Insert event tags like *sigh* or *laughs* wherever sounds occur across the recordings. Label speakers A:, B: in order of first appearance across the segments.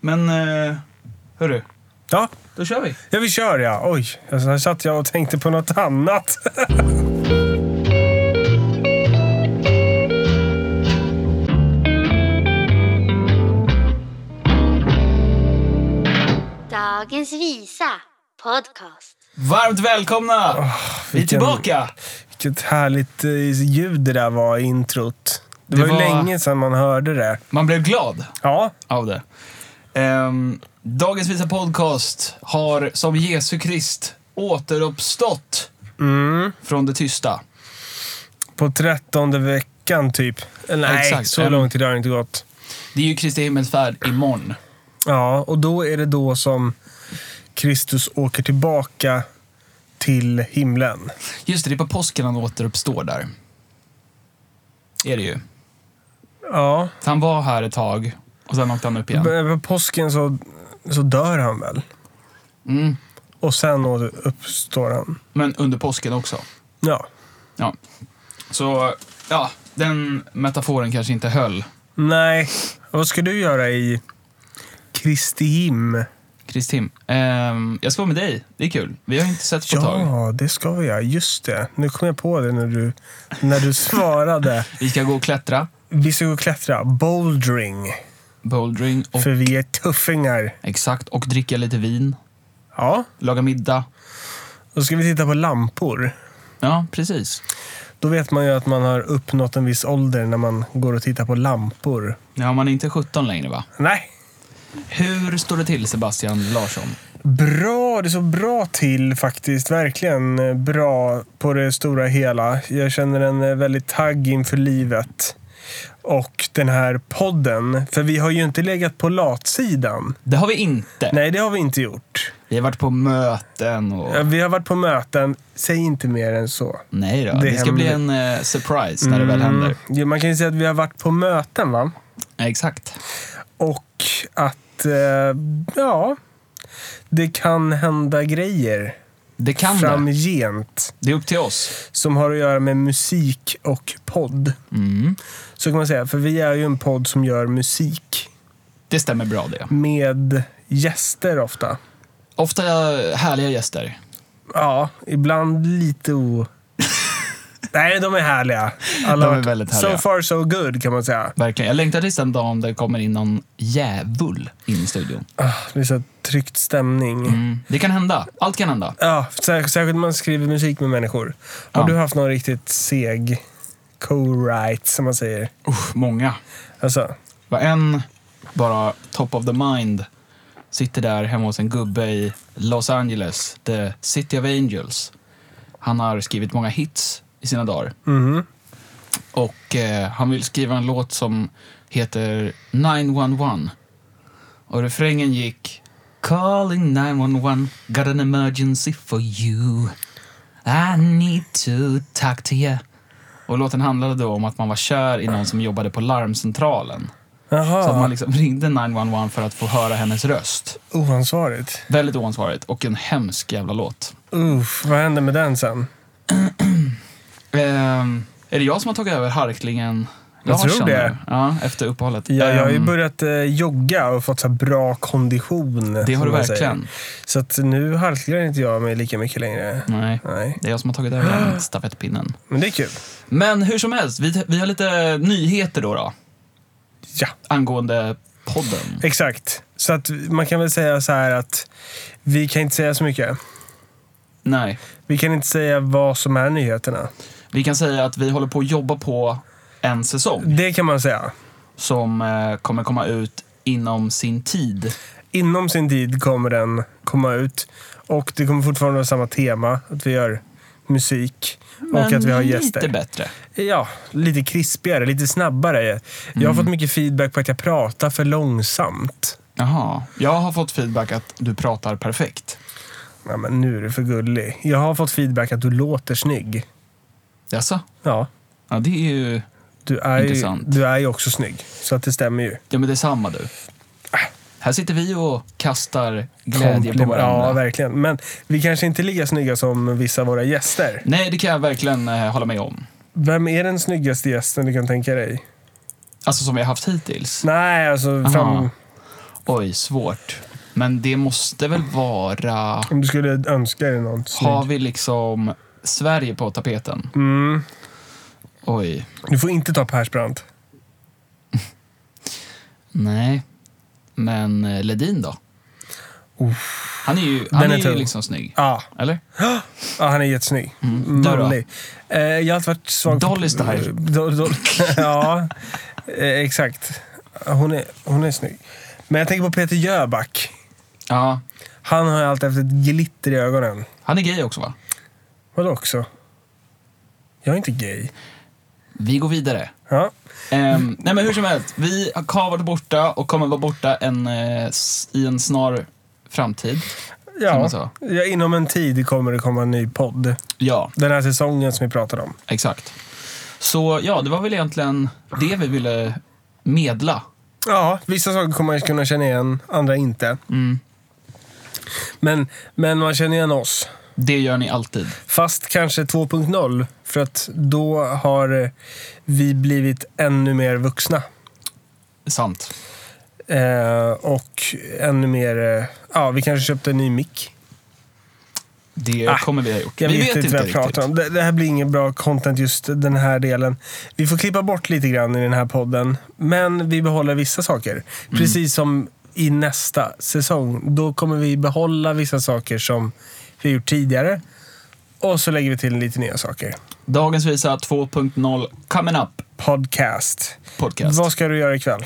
A: Men eh, hörru,
B: Ja,
A: då kör vi.
B: ja vi kör ja. Oj, alltså, här satt jag och tänkte på något annat. *laughs*
C: Dagens visa podcast.
A: Varmt välkomna! vi är
B: vilken-
A: tillbaka!
B: Vilket härligt eh, ljud det där var i introt. Det,
A: Det
B: var ju
A: var-
B: länge sedan man hörde det.
A: Man blev glad
B: Ja,
A: av det. Ehm, Dagens Visa Podcast har som Jesu Krist återuppstått från det tysta.
B: Mm. på trettonde veckan typ. Eller, Nej,
A: Exakt.
B: så
A: En-
B: lång tid har det inte gått.
A: Det är ju Kristi himmelsfärd imorgon.
B: Ja, och då är det då som Kristus åker tillbaka till himlen.
A: Just det, det är på påsken han återuppstår där. Är det ju.
B: Ja,
A: Så han var här ett tag och sen åkte han upp igen.
B: men på påsken så, så dör han väl?
A: Mm.
B: Och sen åter- uppstår han.
A: Men under påsken också.
B: Ja.
A: Ja. Så, ja, den metaforen kanske inte höll.
B: Nej, vad ska du göra i Kristihim?
A: Kristim, ehm, jag ska vara med dig. Det är kul. Vi har inte sett på tag.
B: Ja, det ska vi göra. Just det. Nu kom jag på det när du, när du svarade.
A: *laughs* Vi ska gå och klättra,
B: Vi ska gå och klättra. Bouldering.
A: bouldering och
B: För vi är tuffingar.
A: exakt och dricka lite vin,
B: Ja,
A: laga middag.
B: då ska vi titta på lampor.
A: Ja, precis.
B: Då vet man ju att man har uppnått en viss ålder när man går och tittar på lampor.
A: Ja, man är inte 17 längre va?
B: Nej,
A: Hur står det till Sebastian Larsson?
B: Bra, det är så bra till faktiskt. Verkligen eh, bra på det stora hela. Jag känner en eh, väldigt tagg inför livet. Och den här podden. För vi har ju inte legat på latsidan.
A: Det har vi inte.
B: Nej, det har vi inte gjort.
A: Vi har varit på möten och...
B: Eh, Vi har varit på möten. Säg inte mer än så.
A: Nej då,
B: Det
A: det, ska bli en
B: händer.
A: eh, surprise när det väl händer.
B: Mm. Ja, Man kan ju säga att vi har varit på möten, va?
A: Exakt.
B: Och att, eh, ja, det kan hända grejer
A: Det kan det.
B: framgent.
A: Det är upp till oss.
B: som har att göra med musik och podd.
A: Mm.
B: Så kan man säga, för vi är ju en podd som gör musik
A: Det stämmer bra det.
B: med gäster ofta.
A: Ofta härliga gäster.
B: Ja, ibland
A: *laughs*
B: lite o... Nej, de är härliga. Alla
A: De är
B: har-
A: väldigt härliga.
B: So far so good kan man säga.
A: Verkligen. Jag längtar tills den dagen det kommer in någon djävul in i studion.
B: Ah, Det är så tryckt stämning.
A: Mm. Det kan hända. Allt kan hända.
B: Ja, sär- särskilt när man skriver musik med människor. Har
A: Ja.
B: du haft någon riktigt seg co-write som man säger?
A: Usch, många.
B: Alltså,
A: Var en bara top of the mind sitter där hemma hos en gubbe i Los Angeles, the city of angels. Han har skrivit många hits i sina dagar.
B: mhm.
A: Och eh, han vill skriva en låt som heter 911. Och refrängen gick Calling 911, got an emergency for you. I need to talk to you. Och låten handlade då om att man var kär i någon som jobbade på larmcentralen.
B: Jaha,
A: Så att man liksom *laughs* ringde 911 för att få höra hennes röst.
B: oansvarigt.
A: Väldigt oansvarigt och en hemsk jävla låt.
B: Uff, vad hände med den sen?
A: Ehm, är det jag som har tagit över harklingen? Larsson
B: tror det.
A: nu? Ja, efter uppehållet.
B: Ja, jag har ju
A: Ehm,
B: börjat eh, jogga och fått så här bra kondition.
A: Det
B: som
A: har du
B: man
A: verkligen.
B: Säger. Så att nu halkar inte jag mig lika mycket längre.
A: Nej,
B: Nej,
A: det är jag som har tagit över
B: *gasps*
A: den stafettpinnen.
B: men det är kul.
A: Men hur som helst, vi, vi har lite nyheter då, då
B: Ja,
A: angående podden.
B: exakt. Så att man kan väl säga så här att vi kan inte säga så mycket.
A: Nej,
B: Vi kan inte säga vad som är nyheterna.
A: vi kan säga att vi håller på att jobba på en säsong
B: Det kan man säga.
A: som eh, kommer komma ut inom sin tid.
B: Inom sin tid kommer den komma ut. Och det kommer fortfarande vara samma tema. Att vi gör musik och att vi har gäster.
A: lite bättre.
B: Ja, lite krispigare, lite snabbare. Jag har
A: Mm.
B: fått mycket feedback på att jag pratar för långsamt.
A: Jaha. Jag har fått feedback att du pratar perfekt.
B: Ja, men nu är du för gullig. Jag har fått feedback att du låter snygg.
A: Jaså?
B: Ja,
A: Ja, det är ju...
B: du är, ju,
A: Intressant.
B: du är ju också snygg. Så att det stämmer ju.
A: Ja, men det är samma du. Här sitter vi och kastar glädje på
B: Kompliment- Ja,
A: varandra.
B: verkligen. Men vi kanske inte är lika snygga som vissa av våra gäster.
A: Nej, det kan jag verkligen eh, hålla med om.
B: Vem är den snyggaste gästen du kan tänka dig?
A: Alltså som vi har haft hittills.
B: Nej, alltså
A: Aha.
B: fram...
A: Oj, svårt. Men det måste väl vara...
B: Om du skulle önska dig något
A: Har
B: snyggt.
A: vi liksom Sverige på tapeten?
B: Mm.
A: Oj.
B: Du får inte ta Persbrandt.
A: Nej. Men eh, Ledin då? Han är ju,
B: Den
A: han
B: är
A: är ju
B: tung.
A: liksom snygg.
B: Ja,
A: Eller?
B: ja, han är jättesnygg.
A: Mm. Du då?
B: Manlig. Eh, jag har alltid varit svag för-
A: Dolly Style.
B: Do, do,
A: *laughs*
B: ja, eh, exakt. Hon är, hon är snygg. Men jag tänker på Peter Jöback.
A: Ja.
B: Han har ju alltid haft ett glitter i ögonen.
A: Han är gay också, va?
B: Vadå också? Jag är inte gay.
A: Vi går vidare.
B: Ja.
A: Ehm, nej men hur som helst, vi har varit borta och kommer vara borta en, eh, s- i en snar framtid. Som man
B: Ja.
A: sa.
B: ja, inom en tid kommer det komma en ny podd.
A: Ja,
B: Den här säsongen som vi pratade om.
A: exakt. Så ja, det var väl egentligen det vi ville medla.
B: Ja, vissa saker kommer man kunna känna igen, andra inte.
A: Mm.
B: Men, men man känner igen oss.
A: Det gör ni alltid.
B: Fast kanske 2.0, för att då har vi blivit ännu mer vuxna.
A: Sant.
B: Eh, och ännu mer... eh, Ja, vi kanske köpte en ny mick.
A: Det
B: Ah,
A: kommer vi ha gjort.
B: Jag
A: vi
B: vet, inte vad jag pratar om. Det, det här blir ingen bra content just den här delen. Vi får klippa bort lite grann i den här podden. Men vi behåller vissa saker. Precis som i nästa säsong. Då kommer vi behålla vissa saker som vi gjort tidigare. Och så lägger vi till lite nya saker.
A: Dagens visa 2.0 Coming Up
B: Podcast.
A: Podcast.
B: Vad ska du göra ikväll?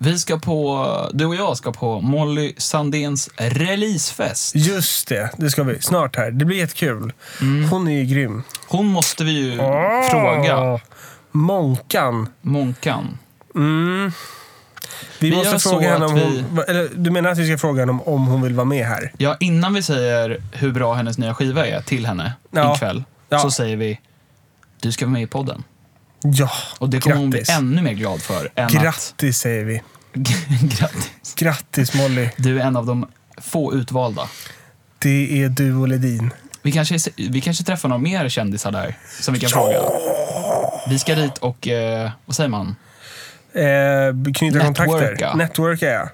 A: Vi ska på, du och jag ska på Molly Sandéns releasefest.
B: Just det, det ska vi. Snart här. Det blir jättekul. Hon är ju grym.
A: Hon måste vi ju
B: Åh,
A: Mm. fråga,
B: Månkan.
A: Monkan.
B: Mm. Vi,
A: Vi gör
B: måste
A: så
B: fråga henne om
A: att
B: hon...
A: vi-
B: va- Eller, du menar att vi ska fråga henne om, om hon vill vara med här?
A: Ja, innan vi säger hur bra hennes nya skiva är till henne
B: Ja.
A: ikväll,
B: Ja.
A: så säger vi du ska vara med i podden.
B: Ja,
A: Och det kommer hon bli
B: grattis.
A: ännu mer glad för. Än att,
B: Grattis säger vi.
A: *laughs* grattis.
B: Grattis Molly.
A: Du är en av de få utvalda.
B: Det är du och Ledin.
A: Vi kanske, vi kanske träffar några mer kändisar där som vi kan fråga. Vi ska dit och, eh, vad säger man?
B: Eh, knyta kontakter.
A: Networka. Mm.
B: Networka, ja.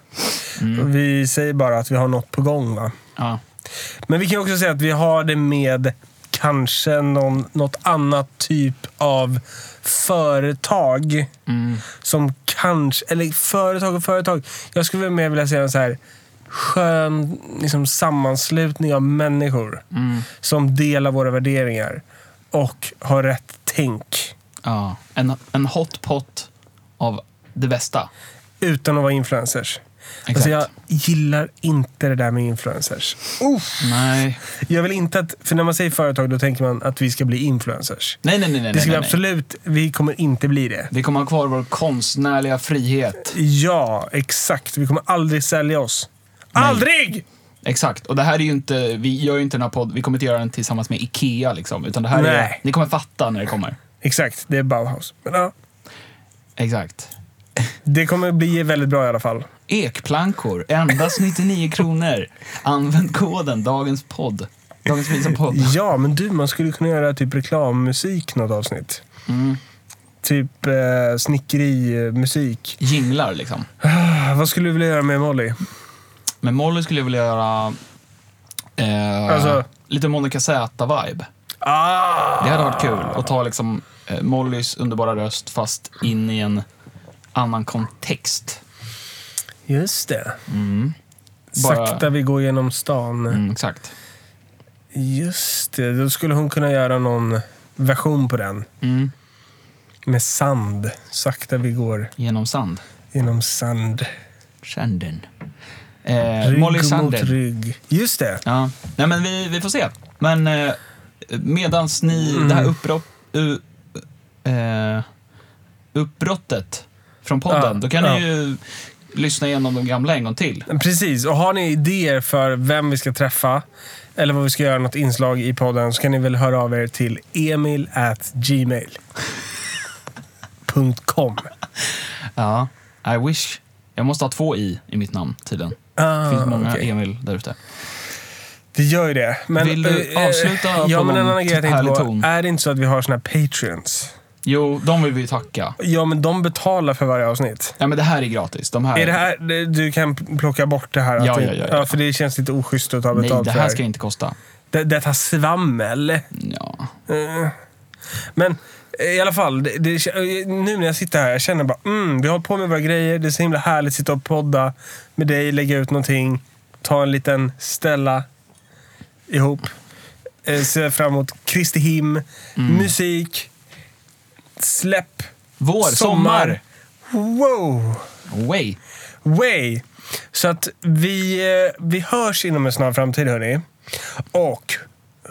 B: Vi säger bara att vi har något på gång. Va?
A: Ja.
B: Men vi kan också säga att vi har det med kanske någon, något annat typ av företag.
A: Mm.
B: som kanske, eller företag och företag. Jag skulle väl mer vilja säga en så här skön liksom, sammanslutning av människor
A: Mm.
B: som delar våra värderingar och har rätt tänk
A: Ja. En, en hot pot av det bästa.
B: utan att vara influencers.
A: Exakt.
B: Alltså jag gillar inte det där med influencers. Oh,
A: Nej.
B: jag vill inte att, för när man säger företag då tänker man att vi ska bli influencers.
A: Nej, nej, nej. nej,
B: Det ska vi
A: nej, nej.
B: absolut, vi kommer inte bli det.
A: Vi kommer ha kvar vår konstnärliga frihet.
B: Ja, exakt. Vi kommer aldrig sälja oss. Aldrig!
A: Exakt. Och det här är ju inte, vi gör ju inte den här podden, vi kommer inte göra den tillsammans med IKEA liksom. Utan det här är,
B: Nej.
A: ni kommer fatta när det kommer.
B: Exakt, det är Bauhaus. Men, ja.
A: Exakt.
B: Det kommer bli väldigt bra i alla fall.
A: Ekplankor, endast 99 kronor. Använd koden dagens podd. Dagens visa podd.
B: Ja, men du, man skulle kunna göra typ reklammusik något avsnitt.
A: Mm.
B: Typ eh, snickerimusik.
A: Jinglar liksom.
B: Ah, Vad skulle du vilja göra med Molly?
A: Men Molly skulle jag vilja göra eh,
B: Alltså-
A: lite Monica Z-vibe.
B: Ah!
A: Det hade varit kul att ta liksom, eh, Mollys underbara röst fast in i en annan kontext.
B: Just det.
A: Mm. Bara-
B: Sakta vi går genom stan.
A: Mm, exakt.
B: Just det, då skulle hon kunna göra någon version på den.
A: Mm.
B: Med sand. Sakta vi går
A: Genom sand.
B: genom sand.
A: Sanden. Eh,
B: Rygg
A: Molly
B: mot
A: Sanden.
B: rygg. Just det.
A: Ja. Nej, men vi, vi får se. Men eh, medans ni,
B: Mm.
A: det här upprop, u, eh, uppbrottet från podden,
B: Ja,
A: då kan
B: ja.
A: ni ju lyssna igenom de gamla en gång till.
B: Precis, och har ni idéer för vem vi ska träffa eller vad vi ska göra något inslag i podden så kan ni väl höra av er till emil at gmail.com.
A: Ja. I wish. Jag måste ha två i i mitt namn tydligen. Det
B: Ah,
A: finns många
B: okej.
A: Emil där ute.
B: Det gör ju det. Men,
A: Vill du
B: eh, eh,
A: avsluta
B: ja,
A: på
B: men en
A: någon
B: annan grej jag tänkte
A: härlig
B: på.
A: ton?
B: Är det inte så att vi har såna här patreons?
A: Jo, de vill vi ju tacka.
B: Ja, men de betalar för varje avsnitt.
A: Ja, men det här är gratis. De här...
B: Är det här, det- du kan plocka bort det här? att
A: Ja,
B: det,
A: ja, ja, ja.
B: För det känns lite oschysst att ta
A: Nej,
B: betalt
A: det
B: för
A: här ska inte kosta.
B: det, Detta svammel.
A: Ja.
B: Eh, Men eh, i alla fall, det, det, nu när jag sitter här, jag känner bara mm, vi har hållit på med våra grejer. Det är så himla härligt att sitta och podda med dig, lägga ut någonting, ta en liten ställa ihop. Eh, Ser fram emot Kristi him,
A: Mm.
B: musik, släpp,
A: Vår, sommar!
B: Wow!
A: Way.
B: Way! Så att vi, eh, vi hörs inom en snar framtid, hörni. Och,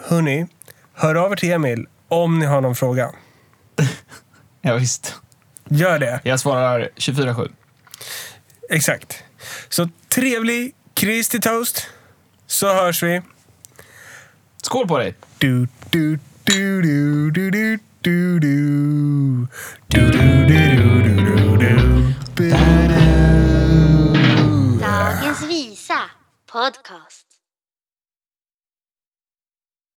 B: hörni, hör av er till Emil om ni har någon fråga.
A: Ja, visst.
B: Gör det.
A: Jag svarar 24-7.
B: Exakt. Så trevlig Kristi toast, så hörs vi.
A: Skål på dig!
B: Du, du, du, du, du, du, du, du. Du, du, du, du, du, du, du.
C: Dagens visa podcast.